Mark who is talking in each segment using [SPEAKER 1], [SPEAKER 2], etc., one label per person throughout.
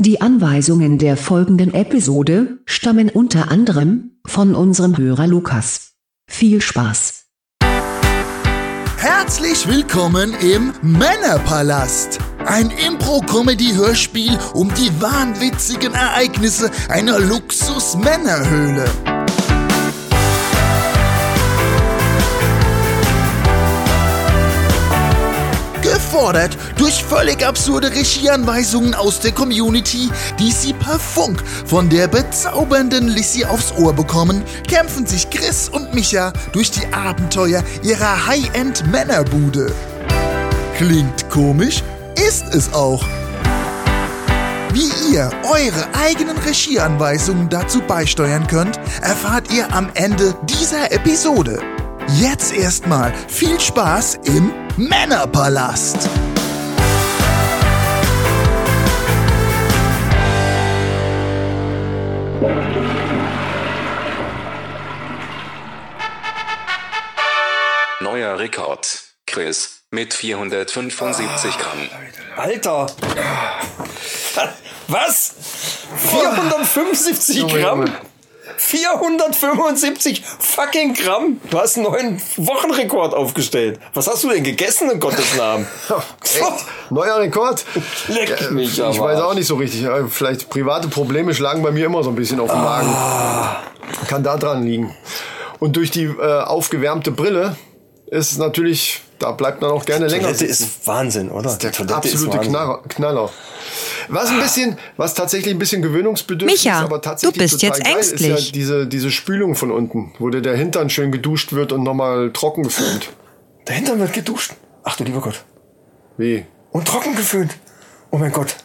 [SPEAKER 1] Die Anweisungen der folgenden Episode stammen unter anderem von unserem Hörer Lukas. Viel Spaß!
[SPEAKER 2] Herzlich willkommen im Männerpalast. Ein Impro-Comedy-Hörspiel um die wahnwitzigen Ereignisse einer Luxus-Männerhöhle. Gefordert durch völlig absurde Regieanweisungen aus der Community, die sie per Funk von der bezaubernden Lissy aufs Ohr bekommen, kämpfen sich Chris und Micha durch die Abenteuer ihrer High-End-Männerbude. Klingt komisch, ist es auch. Wie ihr eure eigenen Regieanweisungen dazu beisteuern könnt, erfahrt ihr am Ende dieser Episode. Jetzt erstmal viel Spaß im Männerpalast.
[SPEAKER 3] Neuer Rekord. Chris mit 475 Gramm.
[SPEAKER 4] Alter! Was? 475 Gramm? 475 fucking Gramm? Du hast einen neuen Wochenrekord aufgestellt. Was hast du denn gegessen, in Gottes Namen?
[SPEAKER 5] Echt? Neuer Rekord?
[SPEAKER 4] Leck
[SPEAKER 5] Äh,
[SPEAKER 4] mich am
[SPEAKER 5] Ich weiß auch
[SPEAKER 4] Arsch.
[SPEAKER 5] nicht so richtig. Äh, Vielleicht private Probleme schlagen bei mir immer so ein bisschen auf den Magen.
[SPEAKER 4] Ah.
[SPEAKER 5] Kann da dran liegen. Und durch die äh, aufgewärmte Brille ist es natürlich, da bleibt man auch gerne länger
[SPEAKER 4] Toilette
[SPEAKER 5] sitzen.
[SPEAKER 4] ist Wahnsinn, oder?
[SPEAKER 5] Der
[SPEAKER 4] Toilette
[SPEAKER 5] absolute
[SPEAKER 4] Wahnsinn.
[SPEAKER 5] Knarrer, Knaller. Was ein bisschen, was tatsächlich ein bisschen gewöhnungsbedürftig
[SPEAKER 6] Micha,
[SPEAKER 5] ist, aber tatsächlich
[SPEAKER 6] du bist
[SPEAKER 5] total
[SPEAKER 6] jetzt
[SPEAKER 5] geil, Ist
[SPEAKER 6] ängstlich.
[SPEAKER 5] ja diese, diese Spülung von unten, wo dir der Hintern schön geduscht wird und nochmal trocken geföhnt.
[SPEAKER 4] Dahinter wird geduscht. Ach du lieber Gott.
[SPEAKER 5] Wie? Äh,
[SPEAKER 4] Und trocken geföhnt. Oh mein Gott.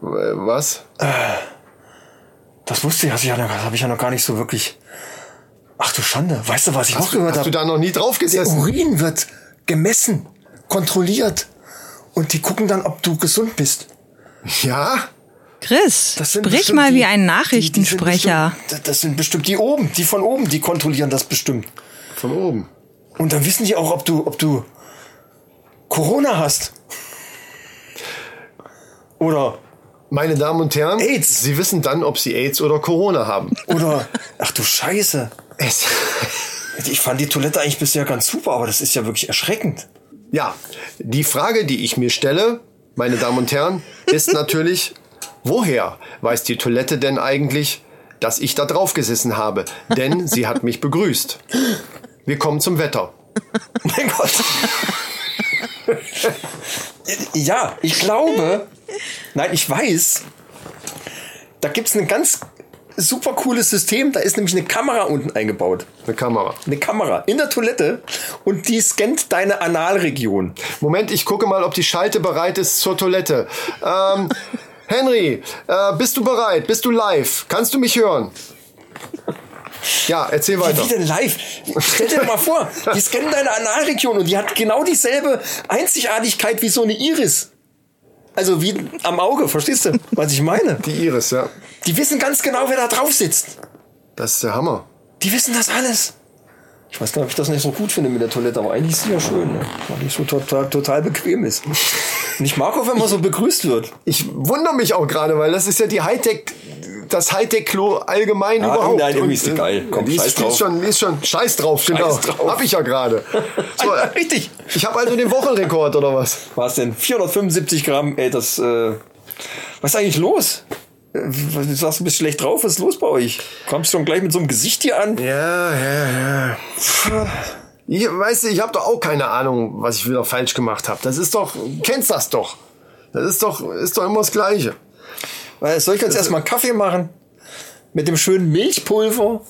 [SPEAKER 5] Was?
[SPEAKER 4] Das wusste ich, das habe ich ja noch gar nicht so wirklich. Ach du Schande. Weißt du, was ich noch gehört
[SPEAKER 5] Hast du
[SPEAKER 4] habe?
[SPEAKER 5] da noch nie drauf
[SPEAKER 4] Der
[SPEAKER 5] gesessen?
[SPEAKER 4] Urin wird gemessen, kontrolliert. Und die gucken dann, ob du gesund bist. Oh.
[SPEAKER 5] Ja?
[SPEAKER 6] Chris,
[SPEAKER 4] Das sind
[SPEAKER 6] sprich
[SPEAKER 4] bestimmt
[SPEAKER 6] mal
[SPEAKER 4] die-
[SPEAKER 6] wie ein
[SPEAKER 4] Die, die
[SPEAKER 6] Nachrichtensprecher.
[SPEAKER 4] sind bestimmt, das sind bestimmt die oben, die von oben, die kontrollieren das bestimmt.
[SPEAKER 5] Von oben.
[SPEAKER 4] Und dann wissen die auch, ob du, ob du Corona hast. Oder,
[SPEAKER 5] Meine Damen und Herren,
[SPEAKER 4] AIDS.
[SPEAKER 5] Sie wissen dann, ob Sie AIDS oder Corona haben.
[SPEAKER 4] oder, ach du Scheiße.
[SPEAKER 5] Es,
[SPEAKER 4] Ich fand die Toilette eigentlich bisher ganz super, aber das ist ja wirklich erschreckend.
[SPEAKER 5] ja, die Frage, die ich mir stelle, meine Damen und Herren, ist natürlich, woher weiß die Toilette denn eigentlich, dass ich da drauf gesessen habe? Denn sie hat mich begrüßt. Wir kommen zum Wetter.
[SPEAKER 4] Mein Gott. ja, ich glaube, nein, ich weiß, da gibt's ein ganz super cooles System, da ist nämlich eine Kamera unten eingebaut.
[SPEAKER 5] Eine Kamera.
[SPEAKER 4] Eine Kamera in der Toilette und die scannt deine Analregion.
[SPEAKER 5] Moment, ich gucke mal, ob die Schalte bereit ist zur Toilette. Ähm, Henry, äh, bist du bereit? Bist du live? Kannst du mich hören? Ja, erzähl
[SPEAKER 4] Wie,
[SPEAKER 5] weiter.
[SPEAKER 4] wie denn live? Stell dir mal vor, die scannen deine Analregion und die hat genau dieselbe Einzigartigkeit wie so eine Iris. Also wie am Auge, verstehst du, was ich meine?
[SPEAKER 5] Die Iris, ja.
[SPEAKER 4] Die wissen ganz genau, wer da drauf sitzt.
[SPEAKER 5] Das ist der Hammer.
[SPEAKER 4] Die wissen das alles. Ich weiß gar nicht, ob ich das nicht so gut finde mit der Toilette, aber eigentlich ist sie ja schön, ne? weil die so total, total bequem ist. Und ich mag auch, wenn man so begrüßt wird.
[SPEAKER 5] Ich wundere mich auch gerade, weil das ist ja die Hightech, das Hightech-Klo allgemein
[SPEAKER 4] Ja,
[SPEAKER 5] überhaupt.
[SPEAKER 4] nein, irgendwie ist die
[SPEAKER 5] äh,
[SPEAKER 4] geil. Komm,
[SPEAKER 5] die
[SPEAKER 4] scheiß
[SPEAKER 5] ist, die
[SPEAKER 4] drauf.
[SPEAKER 5] Ist schon, die ist schon scheiß drauf, genau.
[SPEAKER 4] drauf.
[SPEAKER 5] Hab ich ja gerade. So,
[SPEAKER 4] Ja,
[SPEAKER 5] äh,
[SPEAKER 4] richtig.
[SPEAKER 5] Ich habe also den Wochenrekord oder was?
[SPEAKER 4] Was denn? 475 Gramm, ey, das, äh, was ist eigentlich los? Äh, Was, du warst ein bisschen schlecht drauf, was ist los bei euch? Kommst schon gleich mit so einem Gesicht hier an?
[SPEAKER 5] Ja, ja, ja. Ich, weißt du, ich habe doch auch keine Ahnung, was ich wieder falsch gemacht habe. Das ist doch, kennst das doch. Das ist doch, ist doch immer das Gleiche.
[SPEAKER 4] Weil, Soll ich jetzt erstmal einen Kaffee machen? Mit dem schönen Milchpulver?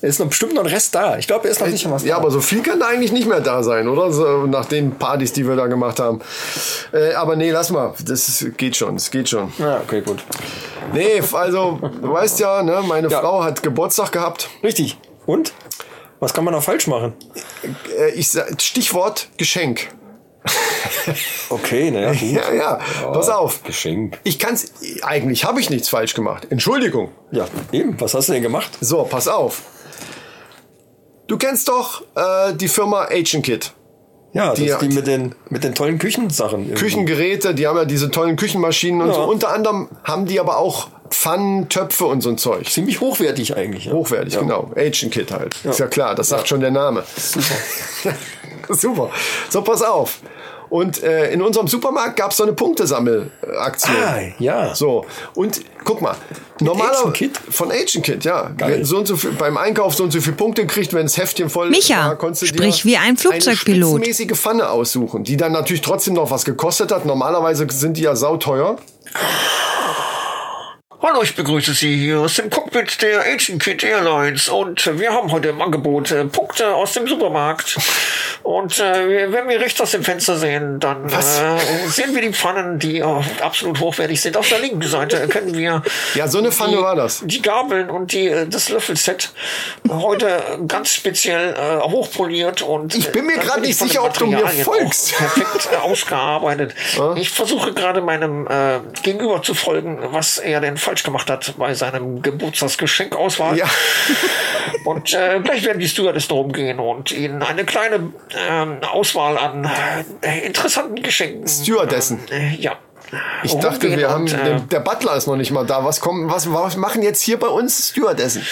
[SPEAKER 4] Da ist noch bestimmt noch ein Rest da. Ich glaube, er ist noch nicht mal was
[SPEAKER 5] Ja, aber so viel kann da eigentlich nicht mehr da sein, oder? So, nach den Partys, die wir da gemacht haben. Äh, aber nee, lass mal. Das ist, geht schon, es geht schon.
[SPEAKER 4] da. Ja, Ah, okay, gut.
[SPEAKER 5] Nee, f- also, du weißt ja, ne, meine
[SPEAKER 4] Ja.
[SPEAKER 5] Frau hat Geburtstag gehabt.
[SPEAKER 4] Richtig. Und? Was kann man noch falsch machen?
[SPEAKER 5] Äh, ich, sa- Stichwort Geschenk.
[SPEAKER 4] Okay, naja, gut.
[SPEAKER 5] Ja, ja, pass auf.
[SPEAKER 4] Oh. Geschenk.
[SPEAKER 5] Ich kann's, eigentlich habe ich nichts falsch gemacht. Entschuldigung.
[SPEAKER 4] Ja, eben. Was hast du denn gemacht?
[SPEAKER 5] So, pass auf. Du kennst doch äh, die Firma Agent Kit.
[SPEAKER 4] Ja, das
[SPEAKER 5] Die-
[SPEAKER 4] ist die mit den, mit den tollen Küchensachen. irgendwie.
[SPEAKER 5] Küchengeräte, die haben ja diese tollen Küchenmaschinen und
[SPEAKER 4] Ja.
[SPEAKER 5] so. Unter anderem haben die aber auch Pfannen, Töpfe und so ein Zeug.
[SPEAKER 4] Ziemlich hochwertig eigentlich. Ja.
[SPEAKER 5] Hochwertig, genau. Agent Kit halt. Ist ja klar, das sagt schon der Name. Super. So, pass auf. Und äh, in unserem Supermarkt gab es so eine Punktesammelaktion.
[SPEAKER 4] Ah, ja.
[SPEAKER 5] So. Und guck mal, normaler
[SPEAKER 4] Agent Kit?
[SPEAKER 5] von Agent Kit, ja.
[SPEAKER 4] Geil.
[SPEAKER 5] Wenn So und so viel, beim Einkauf so und so viele Punkte kriegt, wenn das Heftchen voll
[SPEAKER 6] Micha,
[SPEAKER 5] war, konntest du dir
[SPEAKER 6] sprich wie ein Flugzeugpilot.
[SPEAKER 5] Eine spitzenmäßige Pfanne aussuchen, die dann natürlich trotzdem noch was gekostet hat. Normalerweise sind die ja sauteuer.
[SPEAKER 7] Hallo, ich begrüße Sie hier aus dem Cockpit der Agent Kid Airlines und äh, wir haben heute im Angebot äh, Punkte aus dem Supermarkt. Und äh, wir- wenn wir rechts aus dem Fenster sehen, dann äh, sehen wir die Pfannen, die äh, absolut hochwertig sind. Auf der linken Seite erkennen wir
[SPEAKER 5] Ja, so eine Pfanne war das.
[SPEAKER 7] die Gabeln und die, äh, das Löffelset heute ganz speziell äh, hochpoliert und
[SPEAKER 5] Ich bin mir
[SPEAKER 7] äh,
[SPEAKER 5] grad
[SPEAKER 7] natürlich
[SPEAKER 5] nicht
[SPEAKER 7] von den
[SPEAKER 5] sicher, ob du mir
[SPEAKER 7] Materialien auch
[SPEAKER 5] folgst.
[SPEAKER 7] Perfekt äh, ausgearbeitet. Ich versuche gerade meinem äh, Gegenüber zu folgen, was er denn falsch gemacht hat bei seinem Geburtstagsgeschenkauswahl.
[SPEAKER 5] Ja.
[SPEAKER 7] Und äh, gleich werden die Stewardessen rumgehen und ihnen eine kleine ähm, Auswahl an äh, interessanten Geschenken.
[SPEAKER 5] Stewardessen.
[SPEAKER 7] Äh, ja.
[SPEAKER 5] Ich dachte, wir haben,
[SPEAKER 7] und, äh,
[SPEAKER 5] der, der Butler ist noch nicht mal da. Was kommen, was, was machen jetzt hier bei uns Stewardessen?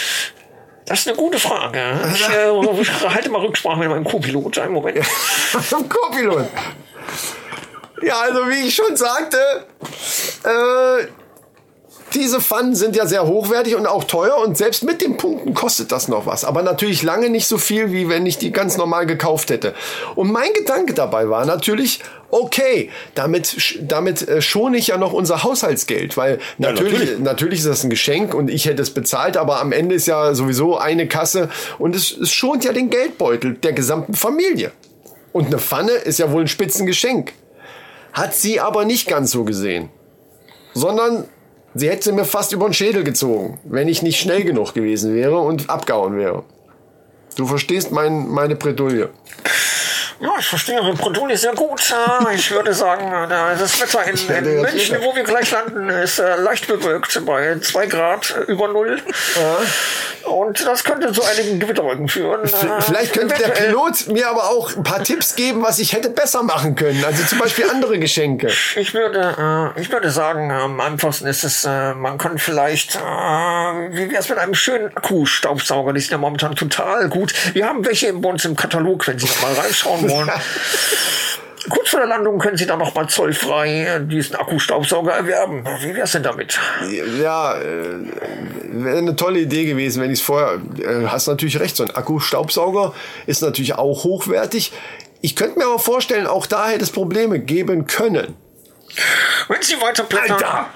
[SPEAKER 7] Das ist eine gute Frage. Ich äh, ich halte mal Rücksprache mit meinem Co-Pilot. Einen Moment.
[SPEAKER 5] Am Kopilot. Ja, also wie ich schon sagte, äh, diese Pfannen sind ja sehr hochwertig und auch teuer und selbst mit den Punkten kostet das noch was. Aber natürlich lange nicht so viel, wie wenn ich die ganz normal gekauft hätte. Und mein Gedanke dabei war natürlich, okay, damit, sch- damit äh, schone ich ja noch unser Haushaltsgeld, weil natürlich, natürlich.
[SPEAKER 4] natürlich.
[SPEAKER 5] ist das ein Geschenk und ich hätte es bezahlt, aber am Ende ist ja sowieso eine Kasse und es, es schont ja den Geldbeutel der gesamten Familie. Und eine Pfanne ist ja wohl ein Spitzengeschenk. Hat sie aber nicht ganz so gesehen. Sondern sie hätte sie mir fast über den Schädel gezogen, wenn ich nicht schnell genug gewesen wäre und abgehauen wäre. Du verstehst mein, meine Bredouille.
[SPEAKER 7] Ja, ich verstehe, Ihre Bredouille ist sehr gut. Äh, Ich würde sagen, äh, das Wetter in, in München, wo wir gleich landen, ist äh, leicht bewölkt bei 2 Grad äh, über Null. Und das könnte zu einigen Gewitterwolken führen. Äh,
[SPEAKER 5] Vielleicht könnte der
[SPEAKER 7] eventuell-
[SPEAKER 5] Pilot mir aber auch ein paar Tipps geben, was ich hätte besser machen können. Also zum Beispiel andere Geschenke.
[SPEAKER 7] Ich würde, äh, ich würde sagen, am einfachsten ist es, äh, man kann vielleicht, äh, wie wär's mit einem schönen Akku-Staubsauger? Die sind ja momentan total gut. Wir haben welche bei uns im Katalog, wenn Sie da mal reinschauen wollen. Kurz vor der Landung können Sie dann nochmal zollfrei äh, diesen Akku-Staubsauger erwerben. Wie wär's denn damit?
[SPEAKER 5] Ja, äh, wäre eine tolle Idee gewesen, wenn ich es vorher. Äh, hast natürlich recht, so ein Akku-Staubsauger ist natürlich auch hochwertig. Ich könnte mir aber vorstellen, auch da hätte es Probleme geben können.
[SPEAKER 7] Wenn Sie weiter blättern,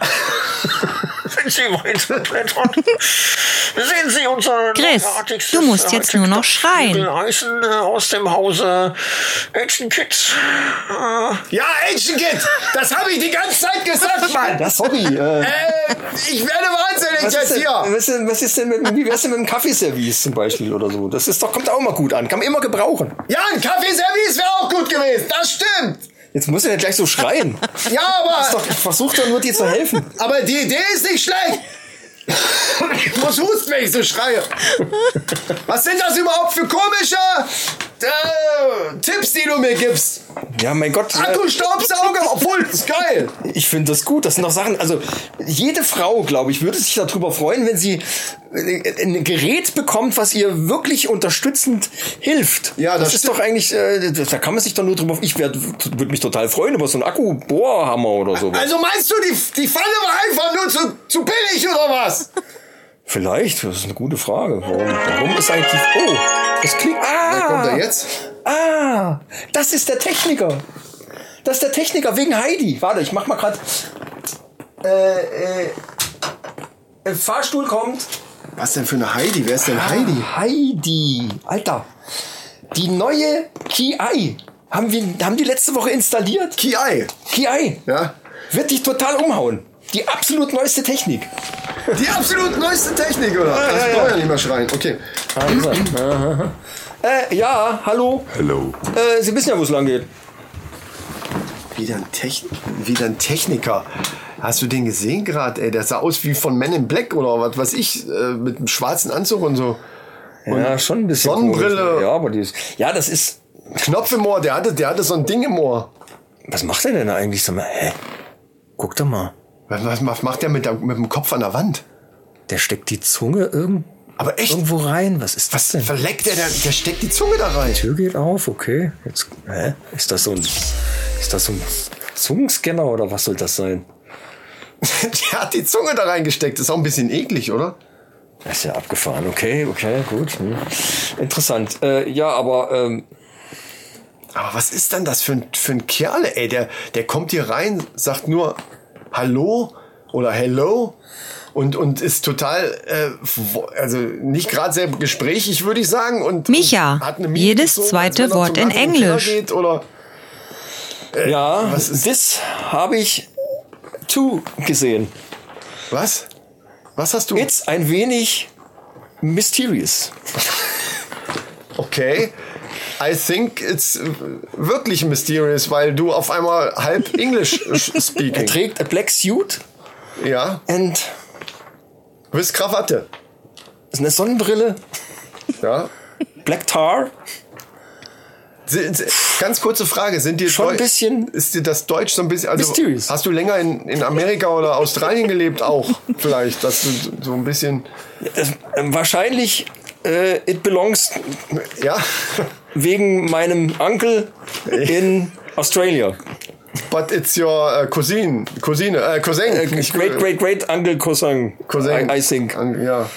[SPEAKER 7] wenn Sie weiter blättern, sehen Sie unser
[SPEAKER 6] Chris,
[SPEAKER 7] neuartigstes,
[SPEAKER 6] du musst
[SPEAKER 7] äh,
[SPEAKER 6] jetzt nur noch schreien.
[SPEAKER 7] Flügeleisen, äh, aus dem Hause Action Kids. Äh,
[SPEAKER 5] Ja, Action Kid, das habe ich die ganze Zeit gesagt, Mann.
[SPEAKER 4] Das Hobby. Äh,
[SPEAKER 5] ich werde wahnsinnig
[SPEAKER 4] was, ist denn, was, ist, was ist denn mit, wie wär's denn mit dem Kaffeeservice zum Beispiel oder so? Das ist doch, kommt auch mal gut an. Kann man immer gebrauchen.
[SPEAKER 5] Ja, ein Kaffeeservice wäre auch gut gewesen. Das stimmt.
[SPEAKER 4] Jetzt muss er nicht gleich so schreien.
[SPEAKER 5] Ja,
[SPEAKER 4] Ist doch, versucht doch nur dir zu helfen.
[SPEAKER 5] aber die Idee ist nicht schlecht. Ich muss husten, wenn ich so schreie. Was sind das überhaupt für komische äh, Tipps, die du mir gibst?
[SPEAKER 4] Ja, mein Gott. äh,
[SPEAKER 5] Akku-Staubsauger, Ah, obwohl, ist geil.
[SPEAKER 4] Ich finde das gut. Das sind doch Sachen. Also jede Frau, glaube ich, würde sich darüber freuen, wenn sie äh, ein Gerät bekommt, was ihr wirklich unterstützend hilft.
[SPEAKER 5] Ja, das
[SPEAKER 4] ist
[SPEAKER 5] stimmt.
[SPEAKER 4] doch eigentlich. Äh, das- da kann man sich doch nur drüber. Ich würde mich total freuen über so einen Akku-Bohrhammer oder sowas.
[SPEAKER 5] Also meinst du, die, die Falle war einfach nur zu, zu billig oder was?
[SPEAKER 4] Vielleicht. Das ist eine gute Frage. Warum? Warum ist eigentlich? Oh, das klingt. Ah,
[SPEAKER 5] jetzt?
[SPEAKER 4] Ah, das ist der Techniker. Das ist der Techniker wegen Heidi. Warte, ich mach mal grad. Äh, äh, äh, Fahrstuhl kommt. Ah,
[SPEAKER 5] Was denn für eine Heidi? Wer ist denn Heidi?
[SPEAKER 4] Heidi. Alter. Die neue KI haben wir haben die letzte Woche installiert.
[SPEAKER 5] Ki.
[SPEAKER 4] KI
[SPEAKER 5] Ja?
[SPEAKER 4] wird dich total umhauen. Die absolut neueste Technik.
[SPEAKER 5] Die absolut neueste Technik, oder?
[SPEAKER 4] ja,
[SPEAKER 5] das
[SPEAKER 4] ja.
[SPEAKER 5] brauche ich ja nicht mehr schreien. Okay. Also.
[SPEAKER 4] Äh, ja, hallo.
[SPEAKER 8] Hello.
[SPEAKER 4] Äh, Sie wissen ja, wo es lang geht.
[SPEAKER 5] Wieder ein, Techn wieder ein Techniker. Hast du den gesehen gerade, ey? Der sah aus wie von Men in Black oder was weiß ich, äh, mit einem schwarzen Anzug und so.
[SPEAKER 4] Ja, schon ein bisschen.
[SPEAKER 5] Sonnenbrille.
[SPEAKER 4] komisch, ne? Ja, aber die ist. Ja, das ist.
[SPEAKER 5] Knopf im Ohr, der hatte, der hatte so ein Ding im Ohr.
[SPEAKER 4] Was macht er denn da eigentlich? Sag mal, hä? Guck doch mal.
[SPEAKER 5] Was, was- was macht der mit, der mit dem Kopf an der Wand?
[SPEAKER 4] Der steckt die Zunge irgend
[SPEAKER 5] Aber echt?
[SPEAKER 4] irgendwo rein. Was ist das
[SPEAKER 5] Was
[SPEAKER 4] denn?
[SPEAKER 5] verleckt der, der? Der steckt die Zunge da rein.
[SPEAKER 4] Tür geht auf, okay. Jetzt, hä? Ist das so ein, ist das so ein Zungenscanner oder was soll das sein?
[SPEAKER 5] Der hat die Zunge da reingesteckt. Ist auch ein bisschen eklig, oder?
[SPEAKER 4] Das ist ja abgefahren. Okay, okay, gut. Hm. Interessant. Äh, ja, aber ähm,
[SPEAKER 5] Aber was ist denn das für ein, für ein Kerl, ey? Der, der kommt hier rein, sagt nur Hallo oder Hello und, und ist total, äh, wo- also nicht gerade sehr gesprächig, würde ich sagen. Und,
[SPEAKER 6] Micha,
[SPEAKER 5] und
[SPEAKER 6] jedes
[SPEAKER 5] gezogen, als
[SPEAKER 6] zweite
[SPEAKER 5] wenn er zum
[SPEAKER 6] Wort in
[SPEAKER 5] Gast im Keller
[SPEAKER 6] Englisch.
[SPEAKER 5] Geht oder
[SPEAKER 4] ja,
[SPEAKER 5] Äh, was ist-
[SPEAKER 4] das habe ich zu gesehen.
[SPEAKER 5] was? Was hast du?
[SPEAKER 4] Jetzt ein wenig mysterious.
[SPEAKER 5] Okay. I think it's äh, wirklich mysterious, weil du auf einmal halb Englisch
[SPEAKER 4] Er
[SPEAKER 5] speaking.
[SPEAKER 4] trägt a black suit
[SPEAKER 5] Ja.
[SPEAKER 4] and
[SPEAKER 5] With Krawatte.
[SPEAKER 4] ist eine Sonnenbrille,
[SPEAKER 5] Ja.
[SPEAKER 4] black tar.
[SPEAKER 5] Sind, sind- ganz kurze Frage, sind dir
[SPEAKER 4] Schon ein
[SPEAKER 5] Deu-
[SPEAKER 4] bisschen
[SPEAKER 5] ist dir das Deutsch so ein bisschen also
[SPEAKER 4] mysterious.
[SPEAKER 5] hast du länger in, in Amerika oder Australien gelebt auch vielleicht, dass du so ein bisschen
[SPEAKER 4] Das, ähm, wahrscheinlich äh, it belongs
[SPEAKER 5] ja,
[SPEAKER 4] wegen meinem Onkel in Australia.
[SPEAKER 5] but it's your äh, cousin, Cousine, äh, Cousin, nicht
[SPEAKER 4] Great,
[SPEAKER 5] Cou-
[SPEAKER 4] great, great Uncle Cousin.
[SPEAKER 5] Cousin.
[SPEAKER 4] I, I think.
[SPEAKER 5] An- Ja.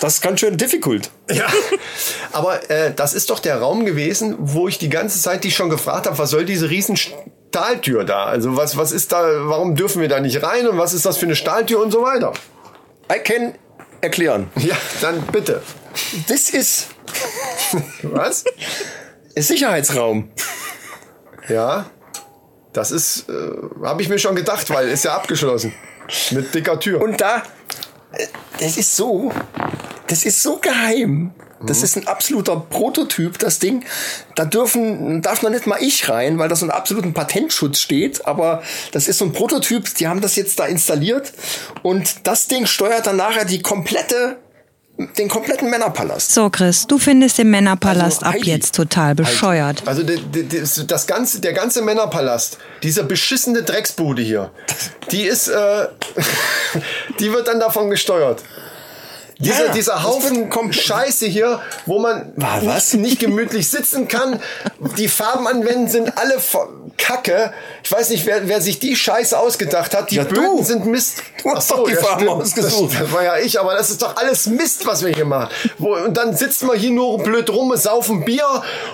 [SPEAKER 4] Das ist ganz schön difficult.
[SPEAKER 5] Ja. Aber äh, das ist doch der Raum gewesen, wo ich die ganze Zeit dich schon gefragt habe, was soll diese riesen Stahltür da? Also was was ist da, warum dürfen wir da nicht rein und was ist das für eine Stahltür und so weiter?
[SPEAKER 4] I can erklären.
[SPEAKER 5] Ja, dann bitte.
[SPEAKER 4] This is
[SPEAKER 5] Was?
[SPEAKER 4] a Sicherheitsraum.
[SPEAKER 5] Ja, das ist, äh, habe ich mir schon gedacht, weil ist ja abgeschlossen. Mit dicker Tür.
[SPEAKER 4] Und da, äh, das ist so, das ist so geheim.
[SPEAKER 5] Mhm.
[SPEAKER 4] Das ist ein absoluter Prototyp, das Ding. Da dürfen, darf noch nicht mal ich rein, weil das unter absoluten Patentschutz steht. Aber das ist so ein Prototyp, die haben das jetzt da installiert. Und das Ding steuert dann nachher die komplette, den kompletten Männerpalast.
[SPEAKER 6] So, Chris, du findest den Männerpalast
[SPEAKER 4] Also,
[SPEAKER 6] ab
[SPEAKER 4] Heidi.
[SPEAKER 6] jetzt total bescheuert.
[SPEAKER 5] also de, de, de, das ganze, der ganze Männerpalast, diese beschissene Drecksbude hier, die ist, äh, die wird dann davon gesteuert. Dieser,
[SPEAKER 4] Ja,
[SPEAKER 5] dieser
[SPEAKER 4] das
[SPEAKER 5] Haufen
[SPEAKER 4] wird komplett-
[SPEAKER 5] Scheiße hier, wo man
[SPEAKER 4] Wa- was?
[SPEAKER 5] nicht gemütlich sitzen kann. Die Farben an Wänden sind alle vo- Kacke. Ich weiß nicht, wer, wer sich die Scheiße ausgedacht hat. Die
[SPEAKER 4] Ja, du.
[SPEAKER 5] Böden sind Mist.
[SPEAKER 4] Du hast
[SPEAKER 5] Ach so,
[SPEAKER 4] doch die Farben
[SPEAKER 5] stimmt.
[SPEAKER 4] ausgesucht.
[SPEAKER 5] Das, das war ja ich, aber das ist doch alles Mist, was wir hier machen. Wo, und dann sitzen wir hier nur blöd rum, saufen Bier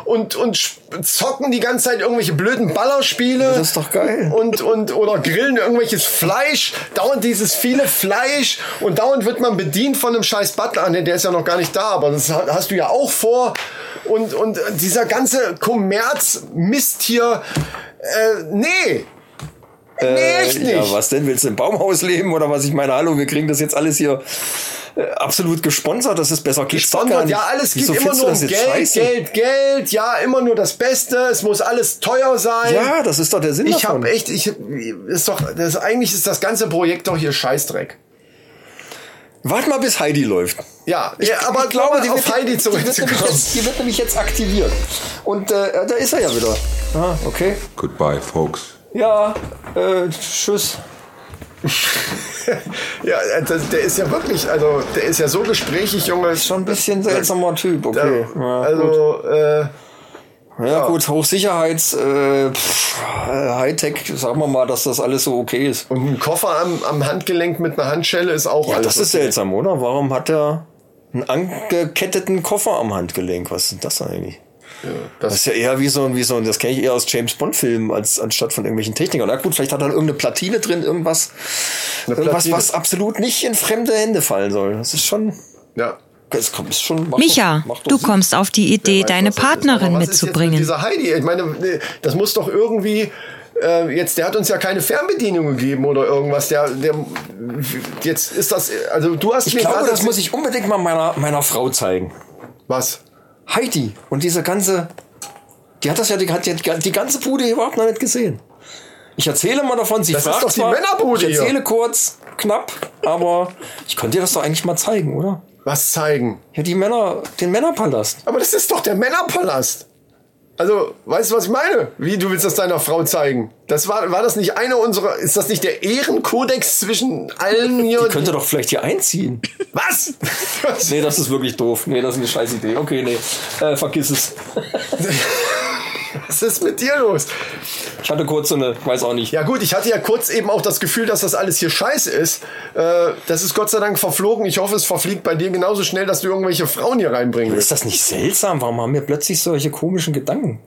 [SPEAKER 5] und, und sch- zocken die ganze Zeit irgendwelche blöden Ballerspiele.
[SPEAKER 4] Das ist doch geil.
[SPEAKER 5] Und, und, oder grillen irgendwelches Fleisch. Dauernd dieses viele Fleisch. Und dauernd wird man bedient von einem scheiß Butler. Ah, nee, der ist ja noch gar nicht da, aber das ha- hast du ja auch vor. Und, und dieser ganze Kommerzmist hier. Äh, nee. Nee, echt nicht.
[SPEAKER 4] Äh, Ja, was denn? Willst du im Baumhaus leben oder was? Ich meine, hallo, wir kriegen das jetzt alles hier äh, absolut gesponsert. Das ist besser.
[SPEAKER 5] Sondern ja, alles geht immer nur um Geld, Geld, Geld, ja, immer nur das Beste, es muss alles teuer sein.
[SPEAKER 4] Ja, das ist doch der Sinn
[SPEAKER 5] ich
[SPEAKER 4] davon.
[SPEAKER 5] habe echt, ich ist doch, das, eigentlich ist das ganze Projekt doch hier Scheißdreck.
[SPEAKER 4] Warte mal, bis Heidi läuft.
[SPEAKER 5] Ja, ja aber ich glaube, die auf Heidi
[SPEAKER 4] Die wird, nämlich
[SPEAKER 5] zurückzukommen.
[SPEAKER 4] jetzt, die wird nämlich jetzt aktiviert. Und äh, da ist er ja wieder. Ah, okay.
[SPEAKER 8] Goodbye, folks.
[SPEAKER 4] Ja, äh, tschüss.
[SPEAKER 5] Ja, äh, das, der ist ja wirklich, also der ist ja so gesprächig, Junge.
[SPEAKER 4] Schon ein bisschen seltsamer Typ, okay.
[SPEAKER 5] Ja, also, äh,
[SPEAKER 4] Ja, gut, Hochsicherheits, äh, pff, äh, Hightech, sagen wir mal, dass das alles so okay ist.
[SPEAKER 5] und ein Koffer am, am Handgelenk mit einer Handschelle ist auch
[SPEAKER 4] Ja,
[SPEAKER 5] alles.
[SPEAKER 4] das ist seltsam, oder? Warum hat er einen angeketteten Koffer am Handgelenk? Was ist denn das eigentlich? das, ist ja eher wie so ein, wie so ein, das kenne ich eher aus James Bond-Filmen, als anstatt von irgendwelchen Technikern. Na gut, vielleicht hat er irgendeine Platine drin, irgendwas, irgendwas,
[SPEAKER 5] Platine.
[SPEAKER 4] was absolut nicht in fremde Hände fallen soll. Das ist schon.
[SPEAKER 5] ja.
[SPEAKER 4] Das kommt ist schon. macht
[SPEAKER 6] Micha,
[SPEAKER 4] doch- macht doch
[SPEAKER 6] du
[SPEAKER 4] Sinn.
[SPEAKER 6] kommst auf die Idee, deine
[SPEAKER 5] was das ist.
[SPEAKER 6] Partnerin
[SPEAKER 5] Aber was ist jetzt Mit
[SPEAKER 6] mitzubringen.
[SPEAKER 5] dieser Heidi, ich meine, das muss doch irgendwie. Äh, jetzt, der hat uns ja keine Fernbedienung gegeben oder irgendwas. Der, der, jetzt ist das, also du hast
[SPEAKER 4] Ich glaube,
[SPEAKER 5] gerade-
[SPEAKER 4] das muss ich unbedingt mal meiner, meiner Frau zeigen.
[SPEAKER 5] Was?
[SPEAKER 4] Heidi und diese ganze, die hat das ja die, hat die, die ganze Bude überhaupt noch nicht gesehen. Ich erzähle mal davon, sie
[SPEAKER 5] Das ist
[SPEAKER 4] fragt
[SPEAKER 5] doch die
[SPEAKER 4] zwar,
[SPEAKER 5] Männerbude
[SPEAKER 4] Ich
[SPEAKER 5] hier.
[SPEAKER 4] erzähle kurz, knapp, aber ich konnte dir das doch eigentlich mal zeigen, oder?
[SPEAKER 5] Was zeigen?
[SPEAKER 4] Ja, die Männer, den Männerpalast.
[SPEAKER 5] Aber das ist doch der Männerpalast. Also, weißt du, was ich meine? Wie, du willst das deiner Frau zeigen? Das war, war das nicht einer unserer, ist das nicht der Ehrenkodex zwischen allen hier?
[SPEAKER 4] Die könnte doch vielleicht hier einziehen.
[SPEAKER 5] was?
[SPEAKER 4] Nee, das ist wirklich doof. Nee, das ist eine scheiß Idee. Okay, nee. Äh, vergiss es.
[SPEAKER 5] was ist mit dir los?
[SPEAKER 4] Ich hatte kurz so eine, weiß auch nicht.
[SPEAKER 5] Ja gut, ich hatte ja kurz eben auch das Gefühl, dass das alles hier scheiße ist. Äh, das ist Gott sei Dank verflogen. Ich hoffe, es verfliegt bei dir genauso schnell, dass du irgendwelche Frauen hier reinbringen willst.
[SPEAKER 4] Ist das nicht seltsam? Warum haben wir plötzlich solche komischen Gedanken?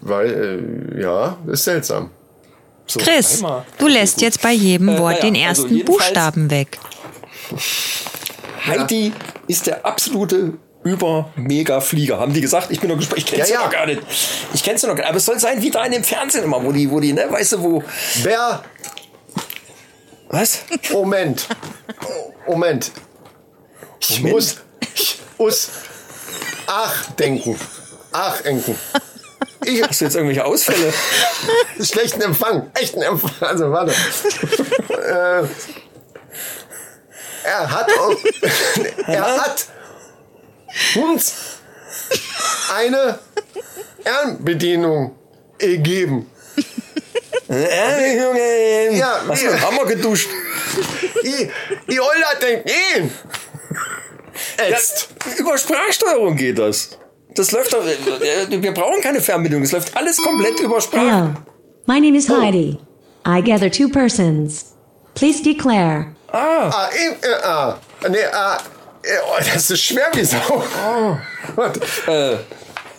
[SPEAKER 5] Weil, äh, ja, ist seltsam.
[SPEAKER 4] So,
[SPEAKER 6] Chris,
[SPEAKER 4] einmal.
[SPEAKER 6] du lässt jetzt bei jedem
[SPEAKER 4] Äh,
[SPEAKER 6] Wort
[SPEAKER 4] naja,
[SPEAKER 6] den
[SPEAKER 4] also
[SPEAKER 6] ersten
[SPEAKER 4] jedenfalls-
[SPEAKER 6] Buchstaben weg.
[SPEAKER 4] Heidi ist der absolute Über-Mega-Flieger. Haben die gesagt? Ich bin noch gespannt. Ich kenn's
[SPEAKER 5] Ja,
[SPEAKER 4] ja,
[SPEAKER 5] ja.
[SPEAKER 4] noch gar nicht. Ich kenn's ja noch gar nicht. Aber es soll sein wie da in dem Fernsehen immer, wo die, wo die, ne, weißt du, wo.
[SPEAKER 5] Wer? Oh,
[SPEAKER 4] Was?
[SPEAKER 5] Moment. Oh, Moment. Ich
[SPEAKER 4] Moment.
[SPEAKER 5] muss. Ich muss. Ach, denken. Ach, denken. Ich
[SPEAKER 4] Hast du jetzt irgendwelche Ausfälle?
[SPEAKER 5] schlechten Empfang. Echten Empfang. Also, warte. äh, er hat. au- er hat. Uns. Eine. Ehrenbedienung. Gegeben.
[SPEAKER 4] Äh, Junge.
[SPEAKER 5] Ja,
[SPEAKER 4] Hast du
[SPEAKER 5] wir-
[SPEAKER 4] einen Hammer geduscht?
[SPEAKER 5] I, I Older denkt ihn. Jetzt.
[SPEAKER 4] Über Sprachsteuerung geht das. Das läuft doch. äh, Wir brauchen keine Fernbedienung. Es läuft alles komplett über Sprache.
[SPEAKER 9] Hello. My name
[SPEAKER 10] Oh.
[SPEAKER 9] is Heidi. I gather two persons. Please declare.
[SPEAKER 5] Ah, in, äh, ah. Nee, ah. Äh, oh, das ist schwer wie Sau. Warte.
[SPEAKER 4] Äh,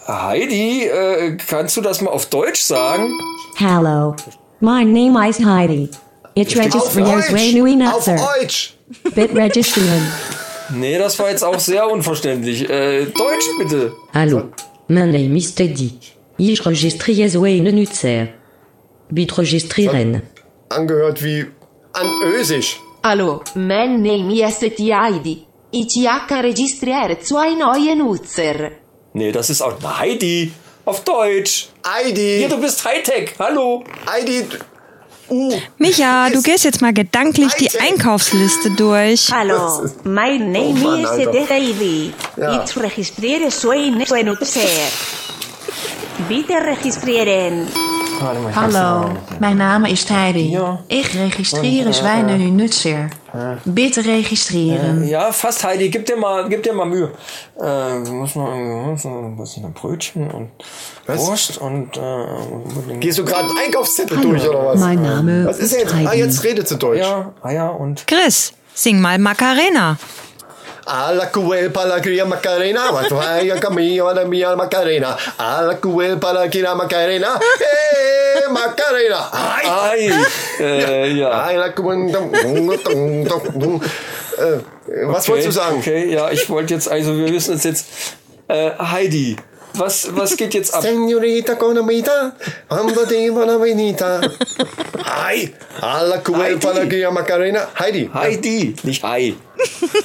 [SPEAKER 4] Heidi, äh, kannst du das mal auf Deutsch sagen?
[SPEAKER 9] Hello. My name is Heidi. It
[SPEAKER 5] Auf
[SPEAKER 9] registers as Rainui
[SPEAKER 5] Deutsch. Auf
[SPEAKER 9] Nasser.
[SPEAKER 5] Deutsch.
[SPEAKER 9] Bit registrieren.
[SPEAKER 4] Nee, das war jetzt auch sehr unverständlich. Äh, Deutsch bitte.
[SPEAKER 10] Allô, my name is Teddy. Ich registriere so eine Nutzer. Bit registrieren.
[SPEAKER 5] Angehört wie an Ösisch.
[SPEAKER 7] Hallo, mein Name ist die Heidi. Ich jacke registriere zwei neue Nutzer.
[SPEAKER 4] Nee, das ist auch. Na, Heidi, auf Deutsch. Hier,
[SPEAKER 5] Heidi.
[SPEAKER 4] du bist Hightech. Hallo.
[SPEAKER 5] Heidi.
[SPEAKER 6] Micha, du gehst jetzt mal gedanklich die Einkaufsliste durch.
[SPEAKER 9] Hallo. My name
[SPEAKER 5] Oh Mann,
[SPEAKER 9] is
[SPEAKER 5] Alter.
[SPEAKER 9] Heidi.
[SPEAKER 5] Ja.
[SPEAKER 9] It registriere so eine so eine Nutzer. Bitte registrieren.
[SPEAKER 7] Hallo, mijn naam is Heidi. Ik registreer zwijnen hun nutser. Bitte registreren.
[SPEAKER 4] Ja, fast Heidi. Gib dir mal, gib dir mal Mühe. Äh, muss man irgendwie- muss man ein bisschen ein Brötchen und Wurst und. Äh,
[SPEAKER 5] Gehst du gerade einen Einkaufszettel durch oder was?
[SPEAKER 1] Mein Name
[SPEAKER 5] Was ist denn jetzt?
[SPEAKER 1] Heidi.
[SPEAKER 5] Ah, jetzt redet sie Deutsch.
[SPEAKER 4] Eier, Eier und.
[SPEAKER 6] Chris, sing mal Macarena.
[SPEAKER 5] A la cuelpa la cría Macarena, vaya camino a la mía Macarena. A la cuelpa la cría Macarena, eh Macarena. Ay,
[SPEAKER 4] Ei. Äh, ja.
[SPEAKER 5] ay, la cuenta. Äh, Was
[SPEAKER 4] Okay,
[SPEAKER 5] wolltest du sagen?
[SPEAKER 4] Okay, ja, ich wollte jetzt, also wir müssen uns jetzt. Äh, Heidi, was, was geht jetzt ab?
[SPEAKER 5] Señorita con amita, ando de bonita. Ay, a la cuelpa la cría Macarena. Heidi.
[SPEAKER 4] Heidi, nicht Ei.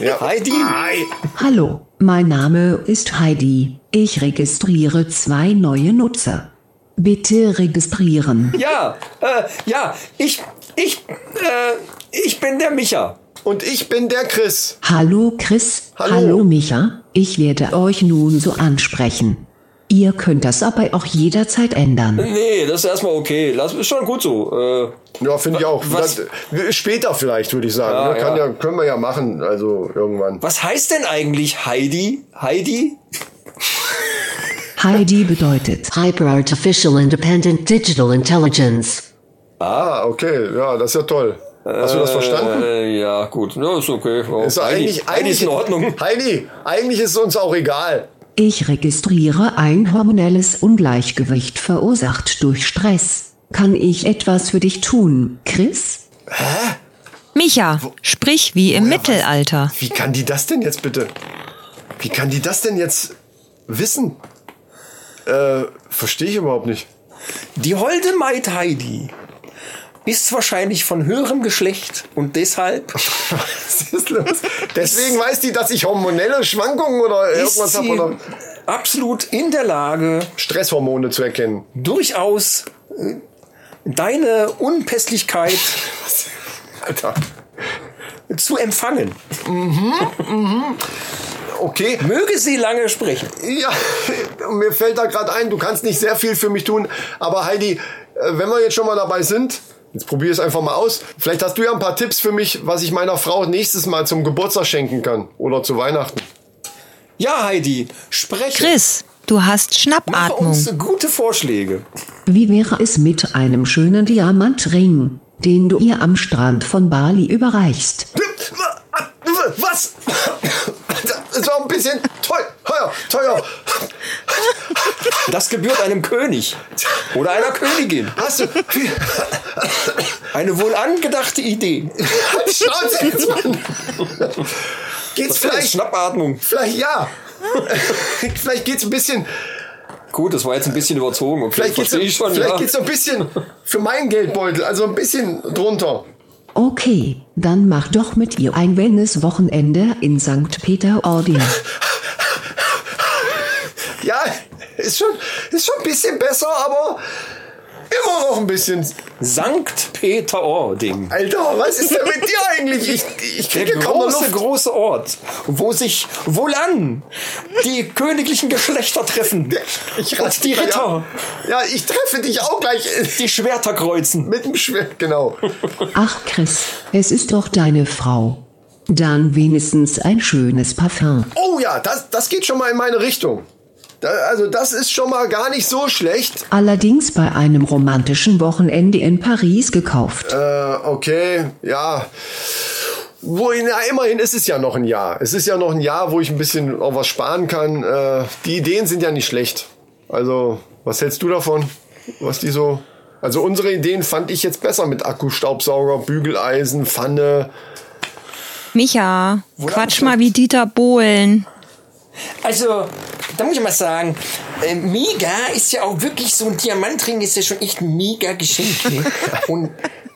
[SPEAKER 5] Ja.
[SPEAKER 4] Heidi.
[SPEAKER 5] Ay.
[SPEAKER 1] Hallo, mein Name ist Heidi. Ich registriere zwei neue Nutzer. Bitte registrieren.
[SPEAKER 4] Ja, äh, ja, ich, ich, äh, ich bin der Micha.
[SPEAKER 5] Und ich bin der Chris.
[SPEAKER 1] Hallo Chris,
[SPEAKER 5] Hallo.
[SPEAKER 1] hallo. Micha, ich werde euch nun so ansprechen. Ihr könnt das aber auch jederzeit ändern.
[SPEAKER 4] Nee, das ist erstmal okay. Das ist schon gut so. Äh,
[SPEAKER 5] Ja, finde ich auch.
[SPEAKER 4] Was-
[SPEAKER 5] Das, später vielleicht, würde ich sagen.
[SPEAKER 4] Ja,
[SPEAKER 5] ne? Kann
[SPEAKER 4] ja.
[SPEAKER 5] ja. können wir ja machen, also irgendwann.
[SPEAKER 4] was heißt denn eigentlich Heidi? Heidi?
[SPEAKER 1] Heidi bedeutet
[SPEAKER 10] Hyper Artificial Independent Digital Intelligence.
[SPEAKER 5] Ah, okay, ja, das ist ja toll. Hast du das verstanden?
[SPEAKER 4] Äh, ja, gut. Ja, ist okay. Oh,
[SPEAKER 5] Ist ja
[SPEAKER 4] Heidi. Heidi
[SPEAKER 5] eigentlich, eigentlich
[SPEAKER 4] ist in Ordnung.
[SPEAKER 5] Heidi, eigentlich ist es uns auch egal.
[SPEAKER 1] Ich registriere ein hormonelles Ungleichgewicht verursacht durch Stress. Kann ich etwas für dich tun, Chris?
[SPEAKER 6] Micha, sprich wie im Mittelalter.
[SPEAKER 5] Wie kann die das denn jetzt bitte? Wie kann die das denn jetzt wissen? Äh, verstehe ich überhaupt nicht.
[SPEAKER 4] Die holde Maid Heidi ist wahrscheinlich von höherem Geschlecht und deshalb
[SPEAKER 5] Was ist los? Deswegen weiß die, dass ich hormonelle Schwankungen oder
[SPEAKER 4] ist
[SPEAKER 5] irgendwas habe
[SPEAKER 4] sie
[SPEAKER 5] oder
[SPEAKER 4] absolut in der Lage,
[SPEAKER 5] Stresshormone zu erkennen.
[SPEAKER 4] durchaus äh, deine Unpässlichkeit
[SPEAKER 5] Alter.
[SPEAKER 4] zu empfangen.
[SPEAKER 5] Okay.
[SPEAKER 4] Möge sie lange sprechen.
[SPEAKER 5] Ja, mir fällt da gerade ein, du kannst nicht sehr viel für mich tun, aber Heidi, äh, wenn wir jetzt schon mal dabei sind, jetzt probier es einfach mal aus. Vielleicht hast du ja ein paar Tipps für mich, was ich meiner Frau nächstes Mal zum Geburtstag schenken kann oder zu Weihnachten.
[SPEAKER 4] Ja, Heidi, spreche.
[SPEAKER 6] Chris, du hast Schnappatmung.
[SPEAKER 4] Uns gute Vorschläge.
[SPEAKER 1] Wie wäre es mit einem schönen Diamantring, den du ihr am Strand von Bali überreichst?
[SPEAKER 5] Was? Das war ein bisschen teuer, teuer, teuer.
[SPEAKER 4] Das gebührt einem König oder einer Königin.
[SPEAKER 5] Hast du
[SPEAKER 4] eine wohl angedachte Idee?
[SPEAKER 5] Schnauze jetzt, Mann. Geht's
[SPEAKER 4] Das ist
[SPEAKER 5] vielleicht,
[SPEAKER 4] Schnappatmung.
[SPEAKER 5] vielleicht ja. vielleicht geht's ein bisschen,
[SPEAKER 4] Gut, das war jetzt ein bisschen überzogen. Okay,
[SPEAKER 5] vielleicht geht's,
[SPEAKER 4] verstehe ich schon.
[SPEAKER 5] vielleicht
[SPEAKER 4] ja.
[SPEAKER 5] geht's so ein bisschen für meinen Geldbeutel, also ein bisschen drunter.
[SPEAKER 1] Okay, dann mach doch mit ihr ein Wellness-Wochenende in St. Peter-Ording.
[SPEAKER 5] Ja, ist schon, ist schon ein bisschen besser, aber immer noch ein bisschen.
[SPEAKER 4] Sankt Peter-Ording.
[SPEAKER 5] Alter, was ist denn mit dir eigentlich? Ich, ich
[SPEAKER 4] Der
[SPEAKER 5] kriege kaum noch
[SPEAKER 4] große,
[SPEAKER 5] Luft.
[SPEAKER 4] große Ort, wo sich wohlan die königlichen Geschlechter treffen.
[SPEAKER 5] Ich
[SPEAKER 4] Und die Ritter,
[SPEAKER 5] Ja, ja, ich treffe dich auch gleich äh,
[SPEAKER 4] die Schwerter kreuzen.
[SPEAKER 5] mit dem Schwert, genau.
[SPEAKER 1] Ach Chris, es ist doch deine Frau. Dann wenigstens ein schönes Parfum.
[SPEAKER 5] Oh ja, das, das geht schon mal in meine Richtung. Da, also das ist schon mal gar nicht so schlecht.
[SPEAKER 1] Allerdings bei einem romantischen Wochenende in Paris gekauft.
[SPEAKER 5] Äh, okay, ja. Wohin, ja, immerhin ist es ja noch ein Jahr. Es ist ja noch ein Jahr, wo ich ein bisschen auch was sparen kann. Äh, die Ideen sind ja nicht schlecht. Also, was hältst du davon? Was die so... Also unsere Ideen fand ich jetzt besser mit Akkustaubsauger, Bügeleisen, Pfanne.
[SPEAKER 6] Micha, quatsch mal wie Dieter Bohlen.
[SPEAKER 8] Also, da muss ich mal sagen, äh, mega ist ja auch wirklich so ein Diamantring, ist ja schon echt ein mega Geschenk. Ne? Und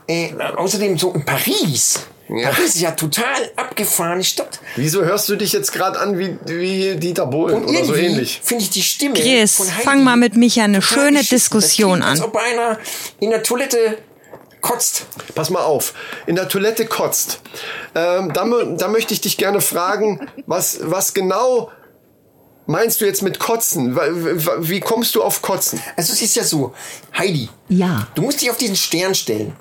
[SPEAKER 8] äh, außerdem so in Paris.
[SPEAKER 5] Ja.
[SPEAKER 8] Paris ist ja total abgefahrene Stadt.
[SPEAKER 5] Wieso hörst du dich jetzt gerade an wie, wie Dieter Bohlen
[SPEAKER 8] Und
[SPEAKER 5] oder so
[SPEAKER 8] irgendwie
[SPEAKER 5] ähnlich?
[SPEAKER 8] finde ich die Stimme.
[SPEAKER 6] Chris,
[SPEAKER 8] von Heidi
[SPEAKER 6] fang mal mit Micha eine
[SPEAKER 8] total
[SPEAKER 6] schöne
[SPEAKER 8] beschissen.
[SPEAKER 6] Diskussion
[SPEAKER 8] das klingt, Als
[SPEAKER 6] an.
[SPEAKER 8] ob einer in der Toilette kotzt.
[SPEAKER 5] Pass mal auf, in der Toilette kotzt. Ähm, da, mö- da möchte ich dich gerne fragen, was, was genau meinst du jetzt mit kotzen? Wa- wa- Wie kommst du auf kotzen?
[SPEAKER 8] Also es ist ja so, Heidi,
[SPEAKER 1] Ja,
[SPEAKER 8] du musst dich auf diesen Stern stellen.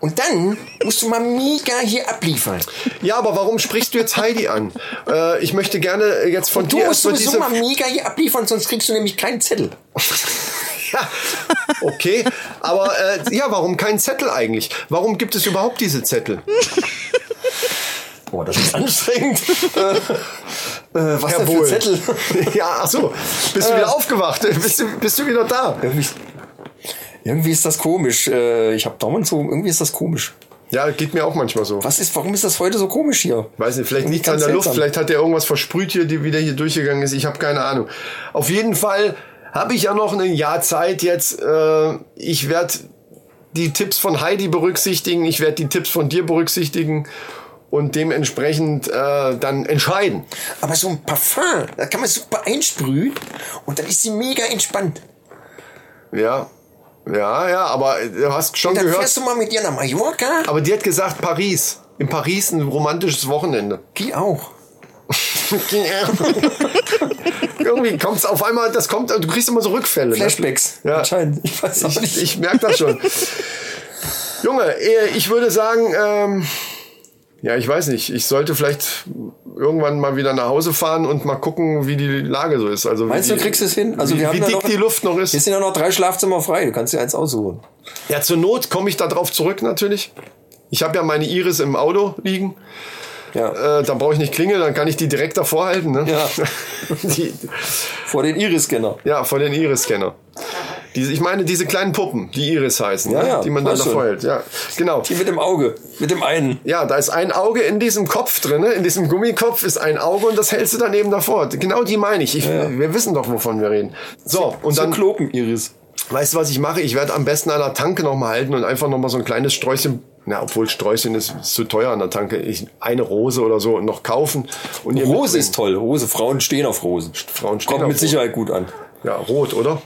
[SPEAKER 8] Und dann musst du mal mega hier abliefern.
[SPEAKER 5] Ja, aber warum sprichst du jetzt Heidi an? Äh, ich möchte gerne jetzt von
[SPEAKER 8] Und du
[SPEAKER 5] dir
[SPEAKER 8] musst
[SPEAKER 5] erstmal
[SPEAKER 8] sowieso
[SPEAKER 5] diese-
[SPEAKER 8] mal mega hier abliefern, sonst kriegst du nämlich keinen Zettel.
[SPEAKER 5] Ja, okay, aber äh, ja, warum kein Zettel eigentlich? Warum gibt es überhaupt diese Zettel?
[SPEAKER 8] Boah, das ist anstrengend. äh, äh, was
[SPEAKER 5] Herr
[SPEAKER 8] denn für
[SPEAKER 5] Bohlen.
[SPEAKER 8] Zettel? Äh.
[SPEAKER 5] Ja, ach so, bist du wieder aufgewacht? Bist du, bist du wieder da?
[SPEAKER 8] irgendwie, irgendwie ist das komisch. Äh, ich habe Daumen zu, irgendwie ist das komisch.
[SPEAKER 5] Ja, geht mir auch manchmal so.
[SPEAKER 8] Was ist, warum ist das heute so komisch hier?
[SPEAKER 5] Weiß nicht, vielleicht
[SPEAKER 8] Irgendwie
[SPEAKER 5] liegt an
[SPEAKER 8] ganz
[SPEAKER 5] der Luft,
[SPEAKER 8] seltsam.
[SPEAKER 5] vielleicht hat er irgendwas versprüht hier, die wieder hier durchgegangen ist. Ich habe keine Ahnung. Auf jeden Fall habe ich ja noch ein Jahr Zeit jetzt. Äh, ich werde die Tipps von Heidi berücksichtigen, ich werde die Tipps von dir berücksichtigen und dementsprechend äh, dann entscheiden.
[SPEAKER 8] Aber so ein Parfum, da kann man super einsprühen und dann ist sie mega entspannt.
[SPEAKER 5] Ja, ja, ja, aber du hast schon
[SPEAKER 8] Dann
[SPEAKER 5] gehört.
[SPEAKER 8] fährst du mal mit ihr nach Mallorca.
[SPEAKER 5] Aber die hat gesagt, Paris. In Paris ein romantisches Wochenende.
[SPEAKER 8] Die auch.
[SPEAKER 5] Irgendwie kommt's auf einmal, das kommt, du kriegst immer so Rückfälle. ne?
[SPEAKER 8] Flashbacks.
[SPEAKER 5] Ja.
[SPEAKER 8] Anscheinend. Ich weiß auch
[SPEAKER 5] Ich,
[SPEAKER 8] nicht.
[SPEAKER 5] ich merke das schon. Junge, eh, ich würde sagen, ähm, ja, ich weiß nicht, ich sollte vielleicht irgendwann mal wieder nach Hause fahren und mal gucken, wie die Lage so ist. Also wie
[SPEAKER 8] Meinst du,
[SPEAKER 5] die-
[SPEAKER 8] kriegst du es hin? Also
[SPEAKER 5] wie,
[SPEAKER 8] wir haben
[SPEAKER 5] wie
[SPEAKER 8] da
[SPEAKER 5] dick
[SPEAKER 8] noch-
[SPEAKER 5] die Luft noch
[SPEAKER 8] Hier
[SPEAKER 5] ist.
[SPEAKER 8] sind ja noch drei Schlafzimmer frei. Du kannst dir eins aussuchen.
[SPEAKER 5] Ja, zur Not komme ich da drauf zurück natürlich. Ich habe ja meine Iris im Auto liegen.
[SPEAKER 8] Ja.
[SPEAKER 5] Äh, dann brauche ich nicht klingeln, dann kann ich die direkt davor halten. Ne?
[SPEAKER 8] Ja.
[SPEAKER 5] die,
[SPEAKER 8] Vor den Iris-Scanner.
[SPEAKER 5] ja, von den Iris-Scanner. Diese, ich meine diese kleinen Puppen, die Iris heißen,
[SPEAKER 8] Ja,
[SPEAKER 5] ne?
[SPEAKER 8] ja,
[SPEAKER 5] die man dann
[SPEAKER 8] weiß schon.
[SPEAKER 5] davor hält. Ja, genau.
[SPEAKER 8] Die mit dem Auge. Mit dem einen.
[SPEAKER 5] Ja, da ist ein Auge in diesem Kopf drin, ne? in diesem Gummikopf ist ein Auge und das hältst du dann eben davor. Genau die meine ich. ich Wir wissen doch, wovon wir reden. So, und
[SPEAKER 8] Dann
[SPEAKER 5] dann,
[SPEAKER 8] Klopen-Iris.
[SPEAKER 5] weißt du, was ich mache? Ich werde am besten an der Tanke nochmal halten und einfach nochmal so ein kleines Sträußchen, na, obwohl Sträußchen ist, ist zu teuer an der Tanke, ich, eine Rose oder so noch kaufen. Und ihr
[SPEAKER 8] Rose
[SPEAKER 5] mitbringen.
[SPEAKER 8] ist toll. Rose. Frauen stehen auf Rosen.
[SPEAKER 5] Frauen stehen
[SPEAKER 8] Kommt
[SPEAKER 5] auf
[SPEAKER 8] mit
[SPEAKER 5] Rosen.
[SPEAKER 8] Sicherheit gut an.
[SPEAKER 5] Ja, rot, oder?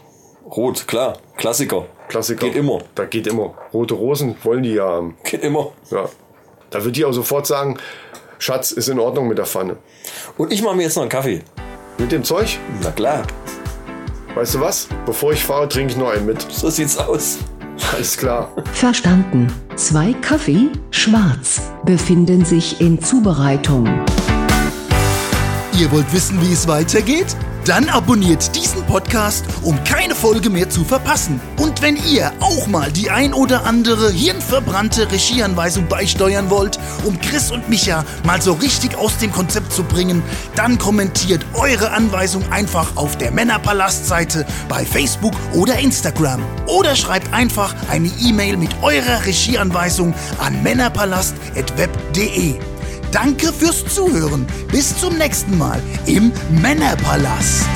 [SPEAKER 8] Rot, klar. Klassiker.
[SPEAKER 5] Klassiker.
[SPEAKER 8] Geht immer.
[SPEAKER 5] Da geht immer. Rote Rosen wollen die ja haben.
[SPEAKER 8] Geht immer.
[SPEAKER 5] Ja. Da wird die auch sofort sagen, Schatz, ist in Ordnung mit der Pfanne.
[SPEAKER 8] Und ich mache mir jetzt noch einen Kaffee.
[SPEAKER 5] Mit dem Zeug?
[SPEAKER 8] Na klar.
[SPEAKER 5] Weißt du was? Bevor ich fahre, trinke ich nur einen mit. So sieht's aus. Alles klar.
[SPEAKER 1] Verstanden. Zwei Kaffee, schwarz, befinden sich in Zubereitung.
[SPEAKER 2] Ihr wollt wissen, wie es weitergeht? Dann abonniert diesen Podcast, um keine Folge mehr zu verpassen. Und wenn ihr auch mal die ein oder andere hirnverbrannte Regieanweisung beisteuern wollt, um Chris und Micha mal so richtig aus dem Konzept zu bringen, dann kommentiert eure Anweisung einfach auf der Männerpalast-Seite bei Facebook oder Instagram. Oder schreibt einfach eine E-Mail mit eurer Regieanweisung an männerpalast.web.de. Danke fürs Zuhören. Bis zum nächsten Mal im Männerpalast.